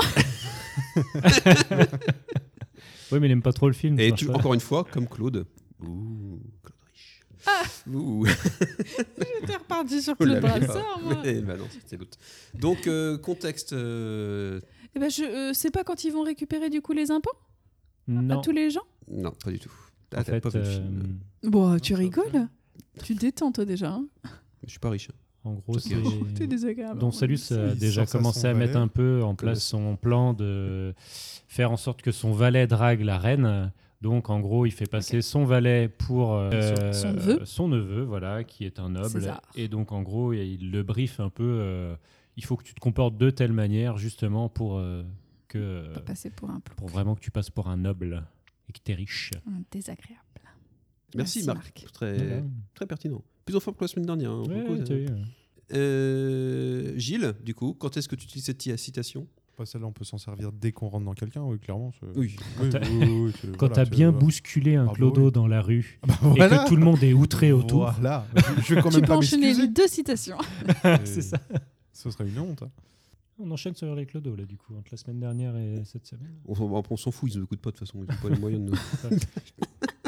Speaker 10: Oui, mais il aime pas trop le film.
Speaker 8: Et
Speaker 10: ça
Speaker 8: tu-
Speaker 10: marche pas.
Speaker 8: encore une fois, comme Claude. Ouh, Claude riche.
Speaker 9: Ah.
Speaker 8: Ouh.
Speaker 9: T'es reparti sur
Speaker 8: Oh là
Speaker 9: Claude
Speaker 8: là.
Speaker 9: Brasseur, moi.
Speaker 8: Eh ben non, c'est l'autre. Donc, euh, contexte. euh,
Speaker 9: Eh ben, je euh, sais pas quand ils vont récupérer du coup les impôts à
Speaker 10: Non.
Speaker 9: tous les gens.
Speaker 8: Non, pas du tout. Ah,
Speaker 10: En
Speaker 8: t'as
Speaker 10: fait,
Speaker 8: pas vu le
Speaker 10: euh,
Speaker 8: film.
Speaker 9: Bon, tu rigoles Tu détends, toi, déjà. hein.
Speaker 8: Je suis pas riche. hein.
Speaker 10: en gros, c'est.
Speaker 9: T'es désagréable.
Speaker 10: Don Salus a
Speaker 11: Il
Speaker 10: déjà
Speaker 11: sort sa
Speaker 10: commencé
Speaker 11: son
Speaker 10: à mettre
Speaker 11: valet.
Speaker 10: un peu en place son plan de faire en sorte que son valet drague la reine. Donc, en gros, il fait passer son valet pour euh,
Speaker 9: Son neveu.
Speaker 10: son neveu, voilà, qui est un noble.
Speaker 9: César.
Speaker 10: Et donc, en gros, il le briefe un peu. euh, il faut que tu te comportes de telle manière, justement, pour euh, que
Speaker 9: Pas passer pour un plomb.
Speaker 10: pour vraiment que tu passes pour un noble et que t'es riche.
Speaker 9: Un désagréable.
Speaker 8: Merci,
Speaker 9: Merci,
Speaker 8: Marc.
Speaker 9: Marc.
Speaker 8: Très, très pertinent. Plus en forme que la semaine dernière. hein,
Speaker 10: Ouais,
Speaker 8: beaucoup,
Speaker 10: t'as
Speaker 8: euh.
Speaker 10: vu, ouais.
Speaker 8: Euh, Gilles, du coup, quand est-ce que tu utilises cette citation
Speaker 11: Bah, Celle-là, on peut s'en servir dès qu'on rentre dans quelqu'un, oui, clairement. c'est-
Speaker 8: Oui.
Speaker 11: Oui,
Speaker 10: t'as-
Speaker 11: oui, oui, c'est-
Speaker 10: Quand
Speaker 11: voilà,
Speaker 10: t'as
Speaker 11: c'est-
Speaker 10: bien
Speaker 11: voilà.
Speaker 10: bousculé un
Speaker 11: Ah bah
Speaker 10: clodo
Speaker 11: oui.
Speaker 10: dans la rue
Speaker 11: Bah,
Speaker 10: et
Speaker 11: voilà.
Speaker 10: que tout le monde est outré autour.
Speaker 11: Voilà. Je- Je vais quand
Speaker 9: Tu
Speaker 11: même
Speaker 9: peux
Speaker 11: pas
Speaker 9: enchaîner les
Speaker 11: m'excuser.
Speaker 9: deux citations.
Speaker 10: C'est ça.
Speaker 11: Ce serait une honte. hein.
Speaker 10: On enchaîne sur les clodos, là, du coup, entre la semaine dernière et cette semaine.
Speaker 8: On, s'en- on s'en fout, ils ne coûtent pas de toute façon, ils n'ont pas les moyens de nous.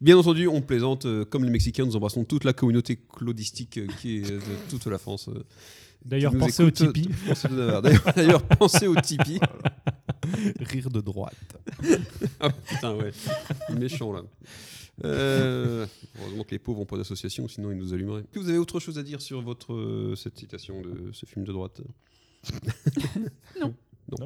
Speaker 8: Bien entendu, on plaisante, euh, comme les Mexicains, nous embrassons toute la communauté claudistique euh, qui est euh, de toute la France. euh,
Speaker 10: D'ailleurs,
Speaker 8: qui nous
Speaker 10: pensez au
Speaker 8: écoute, euh,
Speaker 10: Tipeee. Oh
Speaker 8: pensez au- D'ailleurs- D'ailleurs, pensez au Tipeee.
Speaker 11: Rire de droite.
Speaker 8: Ah putain, ouais. Méchant, là. Euh, heureusement que les pauvres n'ont pas d'association, sinon ils nous allumeraient. Est-ce que vous avez autre chose à dire sur votre, euh, cette citation de ce film de droite
Speaker 10: Non,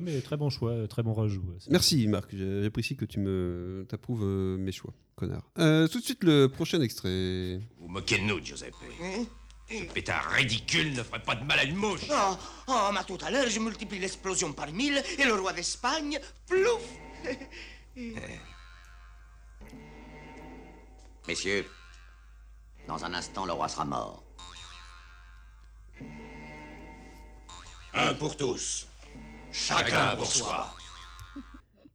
Speaker 10: mais très bon choix, euh, très bon rajout. ouais, c'est-
Speaker 8: Merci Marc, j'ai- j'apprécie que tu me t'approuves euh, mes choix, connard. Euh, tout de suite le prochain extrait.
Speaker 5: Vous moquez de nous, Giuseppe.
Speaker 1: Eh,
Speaker 5: Ce pétard ridicule ne ferait pas de mal à une mouche.
Speaker 1: Oh, oh, mais tout à l'heure, je multiplie l'explosion par mille et le roi d'Espagne, plouf Eh.
Speaker 12: Messieurs,
Speaker 1: Dans un instant, le roi sera mort.
Speaker 12: un pour tous, chacun pour soi.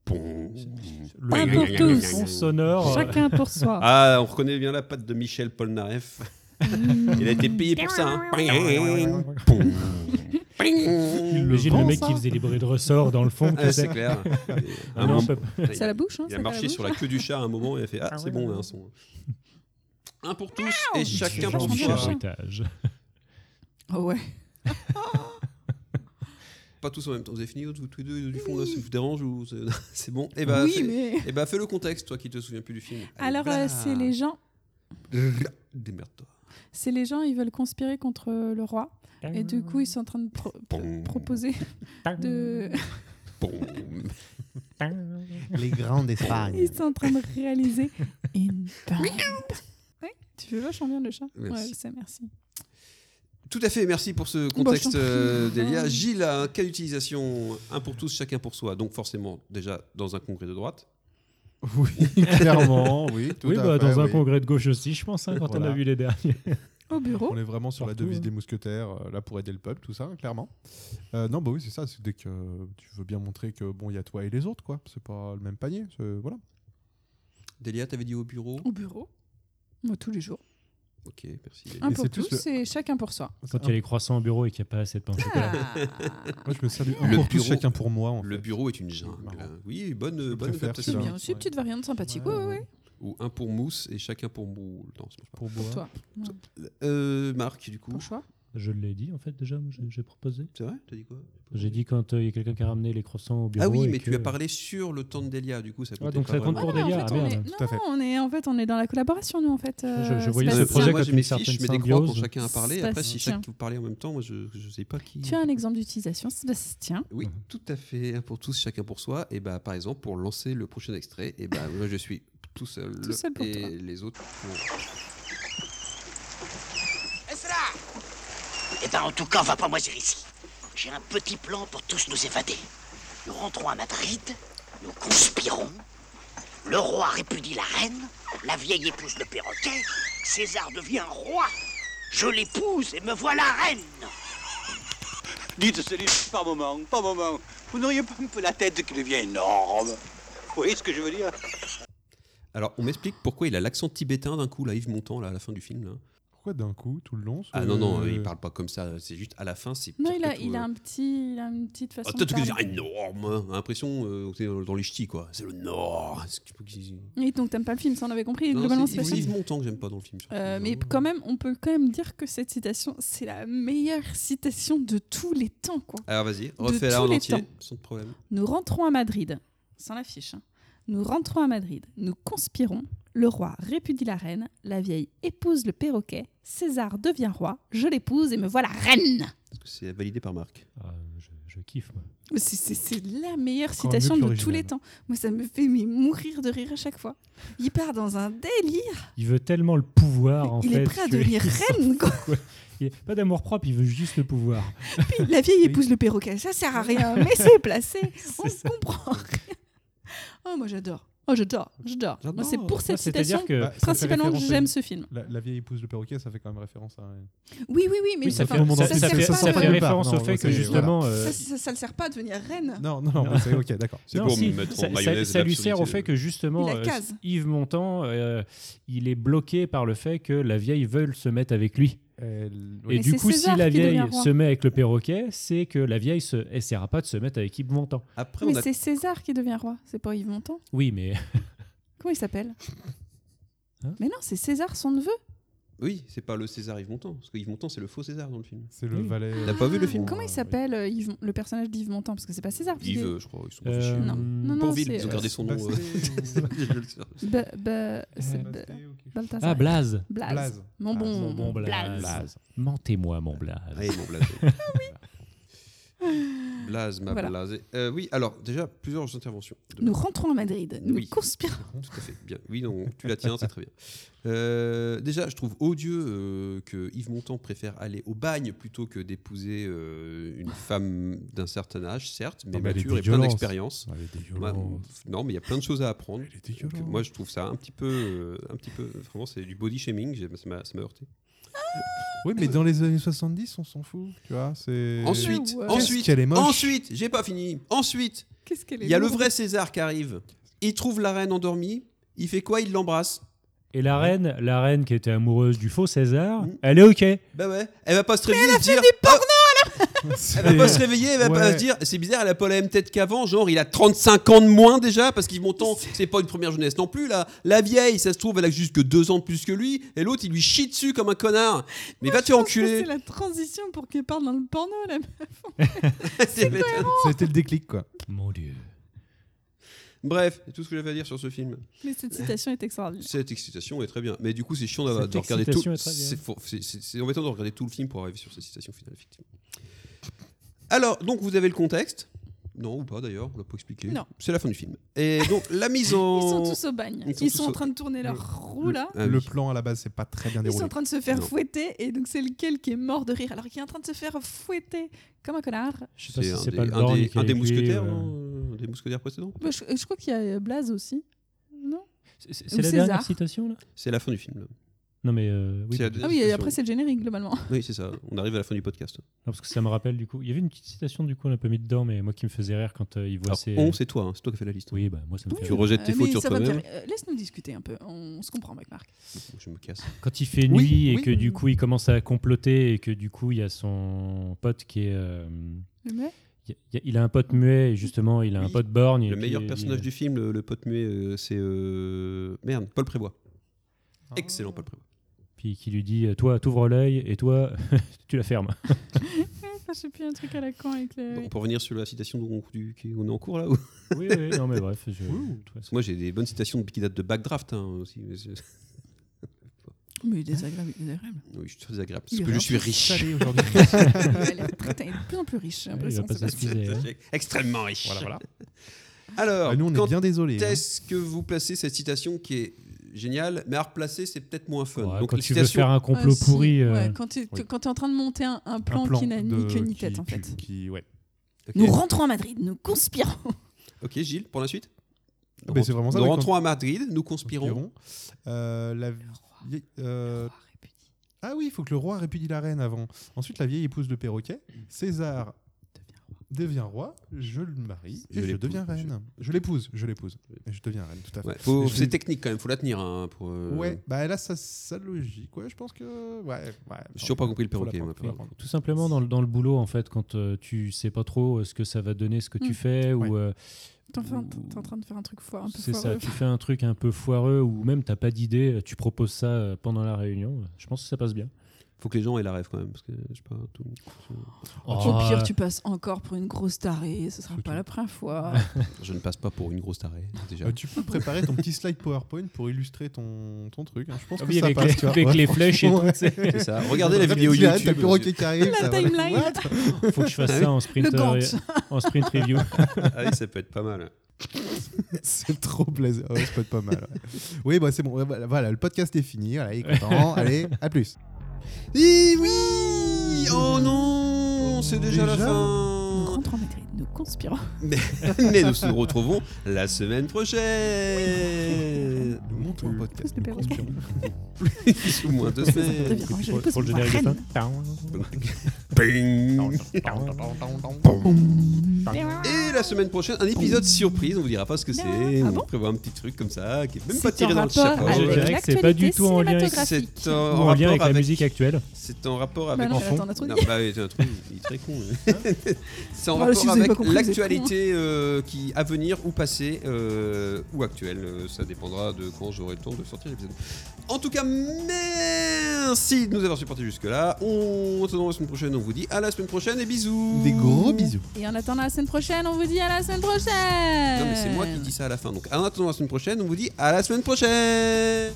Speaker 10: Le
Speaker 9: Un pour tous.
Speaker 10: son sonore. euh,
Speaker 9: Chacun pour soi.
Speaker 8: Ah, on reconnaît bien la patte de Michel Polnareff. Il a été payé pour ça. hein.
Speaker 11: Ah
Speaker 8: Poum. Poum.
Speaker 10: Imagine le mec qui faisait les bruits de ressort dans le fond. tu
Speaker 8: Ah,
Speaker 10: sais.
Speaker 8: c'est clair.
Speaker 10: Ah
Speaker 8: Un
Speaker 10: non,
Speaker 8: moment-
Speaker 10: on peut-
Speaker 8: Il a-
Speaker 9: C'est à la bouche, hein
Speaker 8: Il a
Speaker 9: ça, Ah à la
Speaker 8: marché
Speaker 9: bouche.
Speaker 8: sur la queue du chat à un moment et il a fait Ah, c'est bon, on a un son. Un pour tous et chacun pour son
Speaker 10: Différents
Speaker 8: chien.
Speaker 10: bruitages.
Speaker 9: Oh ouais.
Speaker 8: Pas tous en même temps. Vous avez fini tous tous les deux du fond, là, ça vous dérange ou c'est- c'est bah. bon Eh bah,
Speaker 9: Oui,
Speaker 8: fais,
Speaker 9: mais-
Speaker 8: eh bah, fais le contexte, toi qui te souviens plus du film. Allez,
Speaker 9: Alors,
Speaker 8: bla.
Speaker 9: euh, c'est les gens
Speaker 8: Démerde-toi.
Speaker 9: C'est les gens, ils veulent conspirer contre euh, le roi. Et du coup, ils sont en train de pro- pro- proposer de.
Speaker 13: Les grands d'Espagne.
Speaker 9: Ils sont en train de réaliser une bande. Ouais, tu fais vachement bien le chat.
Speaker 8: Merci.
Speaker 9: Ouais, je sais, merci.
Speaker 8: Tout à fait, merci pour ce
Speaker 9: Bon, je t'en
Speaker 8: contexte,
Speaker 9: prie. Ah
Speaker 8: euh, Delia. Gilles, a un cas d'utilisation, un pour tous, chacun pour soi. Donc forcément, déjà dans un congrès de droite.
Speaker 10: Oui,
Speaker 11: clairement, oui, tout à
Speaker 10: bah,
Speaker 11: fait,
Speaker 10: dans un
Speaker 11: oui.
Speaker 10: congrès de gauche aussi, je pense, hein, quand on
Speaker 11: Voilà.
Speaker 10: a vu les derniers.
Speaker 9: Au bureau.
Speaker 11: On est vraiment sur la
Speaker 10: Partout,
Speaker 11: devise
Speaker 10: hein.
Speaker 11: des mousquetaires, euh, là pour aider le peuple, tout ça, clairement. Euh, non, bah oui, c'est ça, c'est dès que euh, tu veux bien montrer que bon, il y a toi et les autres, quoi. C'est pas le même panier, c'est- voilà.
Speaker 8: Delia, t'avais dit au bureau.
Speaker 9: Au bureau. Moi, tous les jours.
Speaker 8: Ok, merci. Delia.
Speaker 9: Un pour tous et chacun pour soi. Ah,
Speaker 10: Quand il y a les croissants au bureau et qu'il n'y a pas assez de pain au chocolat.
Speaker 11: Moi, je me salue un pour tous, chacun pour moi, en
Speaker 8: Le bureau est une jungle. hein. Oui, bonne, bonne
Speaker 11: préfère
Speaker 9: C'est
Speaker 8: adaptation.
Speaker 9: bien, c'est une petite variante sympathique. Ouais, ouais, ouais.
Speaker 8: Ou un pour mousse et chacun pour moule. Non, c'est pas
Speaker 11: pour
Speaker 9: Toi. Ouais.
Speaker 8: Euh, Marc, du coup.
Speaker 10: Je l'ai dit en fait déjà, moi, j'ai- j'ai proposé.
Speaker 8: C'est vrai T'as dit quoi
Speaker 10: J'ai dit quand euh, il y a quelqu'un qui a ramené les croissants au bureau.
Speaker 8: Ah oui,
Speaker 10: et
Speaker 8: mais tu
Speaker 10: que-
Speaker 8: as parlé sur le temps de Delia, du coup, ça compte.
Speaker 10: donc ça compte pour Delia, ah,
Speaker 9: On
Speaker 10: merde.
Speaker 9: est-
Speaker 10: Tout à fait.
Speaker 9: non, on est en fait, on est dans la collaboration, nous, en fait.
Speaker 10: Je- je
Speaker 9: euh,
Speaker 10: voyais ce
Speaker 9: Sébastien.
Speaker 10: projet
Speaker 8: Moi,
Speaker 10: comme
Speaker 8: je
Speaker 10: une
Speaker 8: mes
Speaker 10: certaine
Speaker 8: fiches, je mets des croix quand
Speaker 10: symbiose.
Speaker 8: chacun a parlé. Après, si
Speaker 9: Sébastien.
Speaker 8: chacun vous parlez en même temps, moi, je ne sais pas qui.
Speaker 9: Tu as un exemple d'utilisation, Sébastien
Speaker 8: Oui, tout à fait. Un Pour tous, chacun pour soi. Et bah, par exemple, pour lancer le prochain extrait, et bah, moi, je suis tout seul.
Speaker 9: Tout seul pour
Speaker 8: et
Speaker 9: toi.
Speaker 8: les autres.
Speaker 1: Eh ben, en tout cas, on va pas moisir ici. J'ai un petit plan pour tous nous évader. Nous rentrons à Madrid, nous conspirons. Le roi répudie la reine, la vieille épouse le perroquet, César devient roi. Je l'épouse et me voilà reine.
Speaker 14: Dites celui par moment, par moment. Vous n'auriez pas un peu la tête qui devient énorme. Vous voyez ce que je veux dire
Speaker 8: Alors, on m'explique pourquoi il a l'accent tibétain d'un coup, là, Yves Montand, là, à la fin du film. Là.
Speaker 11: Pourquoi d'un coup, tout le long
Speaker 8: Ah non, non,
Speaker 11: euh,
Speaker 8: euh, il parle pas comme ça. C'est juste à la fin, c'est.
Speaker 9: Non,
Speaker 8: pire
Speaker 9: il a,
Speaker 8: que tout,
Speaker 9: il a
Speaker 8: hein.
Speaker 9: un petit, il a une petite
Speaker 8: Ah,
Speaker 9: façon.
Speaker 8: toi,
Speaker 9: de
Speaker 8: tu peux dire
Speaker 9: parler.
Speaker 8: énorme, hein. On a l'impression euh, que t'es dans les ch'tis, quoi. C'est le Nord. Est-ce qu'il faut qu'ils-
Speaker 9: Et donc, t'aimes pas le film, ça on avait compris.
Speaker 8: Non,
Speaker 9: globalement,
Speaker 8: c'est Yves-
Speaker 9: Sébastien.
Speaker 8: Yves Montand que j'aime pas dans le film. surtout.
Speaker 9: Euh, mais quand même, on peut quand même dire que cette citation, c'est la meilleure citation de tous les temps, quoi.
Speaker 8: Alors vas-y,
Speaker 9: De
Speaker 8: refais-la
Speaker 9: tous
Speaker 8: en
Speaker 9: les
Speaker 8: entier,
Speaker 9: temps.
Speaker 8: sans problème.
Speaker 9: Nous rentrons à Madrid, sans l'affiche. hein. Nous rentrons à Madrid, nous conspirons. Le roi répudie la reine, la vieille épouse le perroquet, César devient roi, je l'épouse et me voilà reine.
Speaker 8: Parce que c'est validé par Marc.
Speaker 10: Ah, je, kiffe, moi.
Speaker 9: C'est- C'est c'est la meilleure
Speaker 8: Encore
Speaker 9: citation
Speaker 8: mieux que
Speaker 9: de tous
Speaker 8: l'original.
Speaker 9: les temps. Moi, ça me fait mais, mourir de rire à chaque fois. Il part dans un délire.
Speaker 10: Il veut tellement le pouvoir en
Speaker 9: Il
Speaker 10: fait.
Speaker 9: est prêt à
Speaker 10: que-
Speaker 9: devenir
Speaker 10: il s'en fout,
Speaker 9: reine, quoi.
Speaker 10: Il a pas d'amour propre, il veut juste le pouvoir.
Speaker 9: Puis la vieille épouse le perroquet, ça sert à rien, mais c'est placé. On comprend rien. Oh, moi, j'adore. Oh, j'adore, j'adore. Moi, c'est pour cette
Speaker 11: Bah, c'est-à-dire
Speaker 9: citation
Speaker 11: que- Bah, ça fait
Speaker 9: principalement que
Speaker 11: référence à
Speaker 9: j'aime
Speaker 11: une-
Speaker 9: ce film.
Speaker 11: La, la vieille épouse de perroquet, ça fait quand même référence à.
Speaker 9: Oui, oui, oui, mais
Speaker 11: Oui, ça
Speaker 9: enfin,
Speaker 11: fait un moment dans- ça
Speaker 9: sert
Speaker 11: fait-
Speaker 9: pas
Speaker 11: ça
Speaker 9: à-
Speaker 11: fait référence au Non, fait que, c'est- justement,
Speaker 9: Ça,
Speaker 11: euh,
Speaker 9: ça, ça, ça le sert pas à devenir reine.
Speaker 11: Non, non, non, mais c'est ok, d'accord.
Speaker 10: Non, si, ça, ça- ça lui sert au fait que justement
Speaker 9: Il la
Speaker 10: euh,
Speaker 9: case.
Speaker 10: Yves Montand, euh, il est bloqué par le fait que la vieille veut se mettre avec lui.
Speaker 11: oui.
Speaker 10: Et
Speaker 11: Mais
Speaker 10: du
Speaker 11: c'est
Speaker 10: coup, si
Speaker 11: César
Speaker 10: la
Speaker 11: qui devient
Speaker 10: vieille
Speaker 11: roi.
Speaker 10: se met avec le perroquet, c'est que la vieille se essaiera pas de se mettre avec Yves Montand.
Speaker 8: Après,
Speaker 9: mais c'est César qui devient roi, c'est pas Yves Montand.
Speaker 10: Oui, mais
Speaker 9: Comment il s'appelle
Speaker 11: Hein
Speaker 9: Mais non, c'est César, son neveu.
Speaker 8: Oui, c'est pas le César Yves Montand, parce que Yves Montand c'est le faux César dans le film.
Speaker 11: C'est le valet.
Speaker 8: T'as pas vu le film
Speaker 9: Comment il s'appelle euh, Yves- le personnage d'Yves Montand Parce que Ah, c'est pas César. parce
Speaker 8: Yves,
Speaker 9: que-
Speaker 8: euh, je crois, ils sont fichés.
Speaker 9: Non, non, non,
Speaker 8: Bourvil,
Speaker 9: c'est-
Speaker 8: ils ont gardé son nom.
Speaker 11: Bah,
Speaker 8: euh, je le sais.
Speaker 9: Ba-
Speaker 11: Euh,
Speaker 9: ba- c'est Ba- Balthazar.
Speaker 10: Ah, Blaze.
Speaker 9: Blaze. Mon bon, mon bon Blaze.
Speaker 10: Mentez-moi, mon Blaze.
Speaker 8: Oui, mon Blaze. Blaze, ma
Speaker 9: Ah Voilà.
Speaker 8: blasé. Euh, oui, alors déjà plusieurs interventions. De-
Speaker 9: Nous rentrons à Madrid, nous
Speaker 8: Oui.
Speaker 9: conspirons.
Speaker 8: Tout à fait. Bien. Oui, non, tu la tiens, c'est très bien. Euh, déjà, je trouve odieux euh, que Yves Montand préfère aller au bagne plutôt que d'épouser euh, une femme d'un certain âge, certes, mais
Speaker 11: Non, mais elle
Speaker 8: mature
Speaker 11: était
Speaker 8: et plein
Speaker 11: violente.
Speaker 8: d'expérience.
Speaker 11: Elle était
Speaker 8: Moi,
Speaker 11: violente.
Speaker 8: Non, mais il y a plein de choses à apprendre. Donc, moi, je trouve ça un petit peu, euh, un petit peu. Vraiment, c'est du body shaming. j'ai- Ça m'a ça m'a heurté.
Speaker 11: Oui, mais dans les années 70, on s'en fout, tu vois. c'est-
Speaker 8: Ensuite,
Speaker 11: Qu'est-ce
Speaker 8: ensuite,
Speaker 11: qu'elle est moche.
Speaker 8: ensuite, j'ai pas fini. Ensuite,
Speaker 9: Qu'est-ce qu'elle est
Speaker 8: il y a le
Speaker 9: lourde.
Speaker 8: vrai César qui arrive. Il trouve la reine endormie. Il fait quoi Il l'embrasse.
Speaker 10: Et la reine, la reine
Speaker 8: Mmh.
Speaker 10: qui était amoureuse du faux César, elle est ok.
Speaker 8: Bah ouais, elle va pas se réveiller et se dire. Elle va pas se réveiller, elle va pas se dire c'est bizarre, elle a pas la même tête qu'avant, genre il a 35 ans de moins déjà parce qu'il montant, c'est pas une première jeunesse non plus là. La vieille, ça se trouve elle a juste que deux ans de plus que lui et l'autre il lui chie dessus comme un connard. Mais va te
Speaker 9: Je pense que
Speaker 8: enculer.
Speaker 9: C'est la transition pour qu'elle parle dans le porno, la meuf.
Speaker 11: C'était le déclic quoi.
Speaker 8: Mon dieu. Bref, c'est tout ce que j'avais à dire sur ce film.
Speaker 9: Mais cette citation est extraordinaire.
Speaker 8: Cette excitation est très bien, mais du coup c'est chiant d'avoir-
Speaker 10: Cette
Speaker 8: de regarder tout.
Speaker 10: excitation est très bien.
Speaker 8: C'est faut- c'est- c'est- c'est embêtant de regarder tout le film pour arriver sur cette citation finale effectivement. Alors donc vous avez le contexte. Non ou pas d'ailleurs, on l'a pas expliqué.
Speaker 9: Non.
Speaker 8: C'est la fin du film. Et donc la mise en.
Speaker 9: Ils sont tous au bagne. Ils sont,
Speaker 8: tous
Speaker 9: en
Speaker 8: au-
Speaker 9: train de tourner leur roue là.
Speaker 8: Ah oui.
Speaker 11: Le plan à la base, c'est pas très bien
Speaker 9: Ils
Speaker 11: déroulé.
Speaker 9: sont en train de se faire
Speaker 11: Non.
Speaker 9: fouetter et donc c'est lequel qui est mort de rire alors qu'il est en train de se faire fouetter comme un connard.
Speaker 10: Je sais pas si
Speaker 8: un
Speaker 10: c'est
Speaker 8: des-
Speaker 10: pas le
Speaker 8: un
Speaker 10: Borgne
Speaker 8: des-
Speaker 10: qui
Speaker 8: un
Speaker 10: est
Speaker 8: des
Speaker 10: avec lui,
Speaker 8: mousquetaires,
Speaker 10: euh,
Speaker 8: non Un des mousquetaires précédents.
Speaker 9: Bah, je, je crois qu'il y a Blaze aussi. Non
Speaker 10: C'est
Speaker 9: Ou
Speaker 10: la
Speaker 9: César.
Speaker 10: dernière citation là
Speaker 8: C'est la fin du film. là.
Speaker 10: Non mais euh, oui.
Speaker 8: C'est la
Speaker 10: Non,
Speaker 8: deuxième
Speaker 9: Ah oui, et
Speaker 8: citation.
Speaker 9: après c'est le générique globalement.
Speaker 8: Oui, c'est ça. On arrive à la fin du podcast.
Speaker 10: parce que ça me rappelle du coup. Il y avait une petite citation du coup on a pas mis dedans mais moi qui me faisait rire quand euh, il voit
Speaker 8: Alors,
Speaker 10: ses.
Speaker 8: on, c'est toi, hein, c'est toi qui as fait la liste.
Speaker 10: Oui bah moi ça me fait.
Speaker 8: Tu
Speaker 10: rire.
Speaker 8: rejettes tes
Speaker 9: Euh,
Speaker 8: fautes
Speaker 9: mais
Speaker 8: sur
Speaker 9: ça va
Speaker 8: toi-même.
Speaker 9: te faire- euh, Laisse-nous discuter un peu. On se comprend avec Marc.
Speaker 8: Je me casse.
Speaker 10: Quand il fait nuit
Speaker 8: Oui,
Speaker 10: et
Speaker 8: oui.
Speaker 10: que du coup il commence à comploter et que du coup il y a son pote qui est. euh,
Speaker 9: Le muet
Speaker 10: il y a- il a un pote muet et justement il a un pote borgne.
Speaker 8: Le
Speaker 10: qui
Speaker 8: meilleur
Speaker 10: est- euh,
Speaker 8: personnage du film, le, le pote muet, euh, c'est. euh, Merde, Paul Prévoit. Excellent, Paul Prévoit.
Speaker 10: Puis qui lui dit euh, toi t'ouvres l'œil et toi tu la fermes.
Speaker 9: Enfin, je sais plus un truc à la con avec le.
Speaker 8: On peut revenir sur la citation dont- du- qui- on est en cours là ou-
Speaker 10: oui oui non mais bref. je-
Speaker 8: Parce que Moi j'ai des bonnes citations de- qui datent de Backdraft hein, aussi. mais c'est-
Speaker 9: Mais désagréable, désagréable.
Speaker 8: Oui, je suis très agréable.
Speaker 9: Il
Speaker 8: Parce
Speaker 9: est
Speaker 8: que je
Speaker 9: vraiment
Speaker 8: suis riche.
Speaker 9: salé aujourd'hui. Ouais, il est très- il est de plus en plus riche, j'ai
Speaker 8: Ouais,
Speaker 9: l'impression,
Speaker 8: il va pas
Speaker 9: c'est pas-
Speaker 8: s'excuser,
Speaker 9: c'est-
Speaker 8: hein.
Speaker 9: c'est-
Speaker 8: Extrêmement riche.
Speaker 11: Voilà, voilà.
Speaker 8: Alors,
Speaker 11: Ah, nous, on est
Speaker 8: quand
Speaker 11: bien désolés, hein.
Speaker 8: Est-ce que vous placez cette citation qui est géniale, mais à replacer, c'est peut-être moins fun.
Speaker 10: Ouais,
Speaker 8: Donc,
Speaker 10: quand
Speaker 8: les
Speaker 10: tu veux
Speaker 8: citations-
Speaker 10: faire un complot
Speaker 9: Euh, si,
Speaker 10: pourri. euh,
Speaker 9: ouais, quand tu es en train de monter un, un plan, qui n'a ni
Speaker 11: de-
Speaker 9: queue ni
Speaker 11: qui-
Speaker 9: tête en
Speaker 11: qui-
Speaker 9: fait.
Speaker 11: qui- ouais.
Speaker 9: Nous rentrons à Madrid, nous conspirons.
Speaker 8: Ok, Gilles, pour la suite
Speaker 11: Ah, mais c'est vraiment ça,
Speaker 8: Nous
Speaker 11: mais
Speaker 8: rentrons
Speaker 11: quand-
Speaker 8: à Madrid, nous conspirons.
Speaker 11: Euh, la... vieille- euh, Ah oui, il faut que le roi répudie la reine avant. Ensuite, la vieille épouse de perroquet, César devient roi, je le marie
Speaker 8: Je
Speaker 11: et je,
Speaker 8: l'épouse,
Speaker 11: deviens reine. Je, l'épouse, je l'épouse. Et je deviens reine, tout à fait.
Speaker 8: Ouais, faut-
Speaker 11: Et je-
Speaker 8: c'est technique quand même, faut la tenir. hein, pour, euh,
Speaker 11: Ouais, bah elle a sa, sa logique. Ouais, je pense que. Ouais, ouais.
Speaker 8: J'ai toujours pas compris le
Speaker 11: Faut la
Speaker 8: perroquet. moi,
Speaker 11: prendre, faut la
Speaker 8: par
Speaker 11: prendre.
Speaker 10: Tout simplement dans le, dans le boulot, en fait, quand euh, tu sais pas trop euh, ce que ça va donner, ce que
Speaker 9: Mm.
Speaker 10: tu fais, ou euh,
Speaker 9: T'es en, train- t'es en train de faire un truc foireux, un peu
Speaker 10: c'est ça,
Speaker 9: foireux.
Speaker 10: tu fais un truc un peu foireux, ou même t'as pas d'idée, tu proposes ça euh, pendant la réunion, je pense que ça passe bien.
Speaker 8: Faut que les gens aient la rêve quand même, parce que je sais pas. Tout...
Speaker 9: Au
Speaker 10: Oh.
Speaker 9: pire, tu passes encore pour une grosse tarée, ce sera pas la première fois.
Speaker 8: Je ne passe pas pour une grosse tarée déjà.
Speaker 11: Euh, tu peux préparer ton petit slide PowerPoint pour illustrer ton, ton truc. hein. Je pense
Speaker 10: Ah
Speaker 11: que
Speaker 10: oui,
Speaker 11: ça
Speaker 10: avec
Speaker 11: passe,
Speaker 10: les-
Speaker 11: tu vois.
Speaker 10: avec les flèches et tout,
Speaker 11: Ouais.
Speaker 10: tu sais. C'est ça.
Speaker 8: Regardez la
Speaker 11: T'as
Speaker 8: vidéo
Speaker 11: petit- t'as
Speaker 8: YouTube.
Speaker 11: le perroquet qui arrive, ça
Speaker 9: La
Speaker 11: va.
Speaker 9: timeline
Speaker 11: What
Speaker 10: Faut que je fasse
Speaker 8: Ah oui.
Speaker 10: ça en sprint, euh,
Speaker 9: Le Gantt.
Speaker 10: en sprint review.
Speaker 8: ah oui, ça peut être pas mal.
Speaker 11: C'est trop plaisir. Ouais, ça peut être pas mal. ouais. Oui, bah c'est bon. ouais, Voilà, voilà, le podcast est fini. Voilà, il est content. Allez, à plus.
Speaker 8: Et Eh oui Oh non C'est déjà, la
Speaker 9: Déjà
Speaker 8: fin
Speaker 9: Nous rentrons à Madrid, nous conspirons.
Speaker 8: mais, mais nous nous retrouvons la semaine prochaine
Speaker 11: Monte un podcast.
Speaker 9: Le perroquet.
Speaker 8: Plus ou moins deux semaines.
Speaker 9: Devient- je l'épouse pour la reine.
Speaker 8: Bing. Et la semaine prochaine, un épisode surprise, on vous dira pas ce que c'est. on prévoit un petit truc comme ça, qui est même pas
Speaker 9: Ah, C'est
Speaker 8: tiré
Speaker 9: en
Speaker 8: dans le
Speaker 9: rapport
Speaker 8: chapeau.
Speaker 9: avec
Speaker 10: Je dirais que c'est pas du tout en lien avec,
Speaker 8: cinématographique. C'est
Speaker 10: ou
Speaker 8: en
Speaker 10: en lien
Speaker 8: rapport
Speaker 10: avec la
Speaker 8: avec-
Speaker 10: musique actuelle.
Speaker 8: C'est en rapport avec.
Speaker 9: Bah non, j'attends un
Speaker 8: Non,
Speaker 9: truc.
Speaker 8: bah oui, c'est un truc, il est très con. hein. c'est en
Speaker 9: Bah,
Speaker 8: rapport
Speaker 9: si vous avez pas
Speaker 8: avec
Speaker 9: compris, vous êtes
Speaker 8: l'actualité
Speaker 9: hein.
Speaker 8: euh, qui à venir ou passée euh, ou actuelle. Euh, Ça dépendra de quand j'aurai le temps de sortir l'épisode. En tout cas, merci de nous avoir supportés jusque-là. On se retrouve la semaine prochaine. On vous dit à la semaine prochaine et bisous.
Speaker 11: Des gros bisous.
Speaker 9: Et en attendant la semaine prochaine, on vous dit à la semaine prochaine
Speaker 8: Non, mais c'est moi qui dis ça à la fin. Donc, en attendant la semaine prochaine, on vous dit à la semaine prochaine.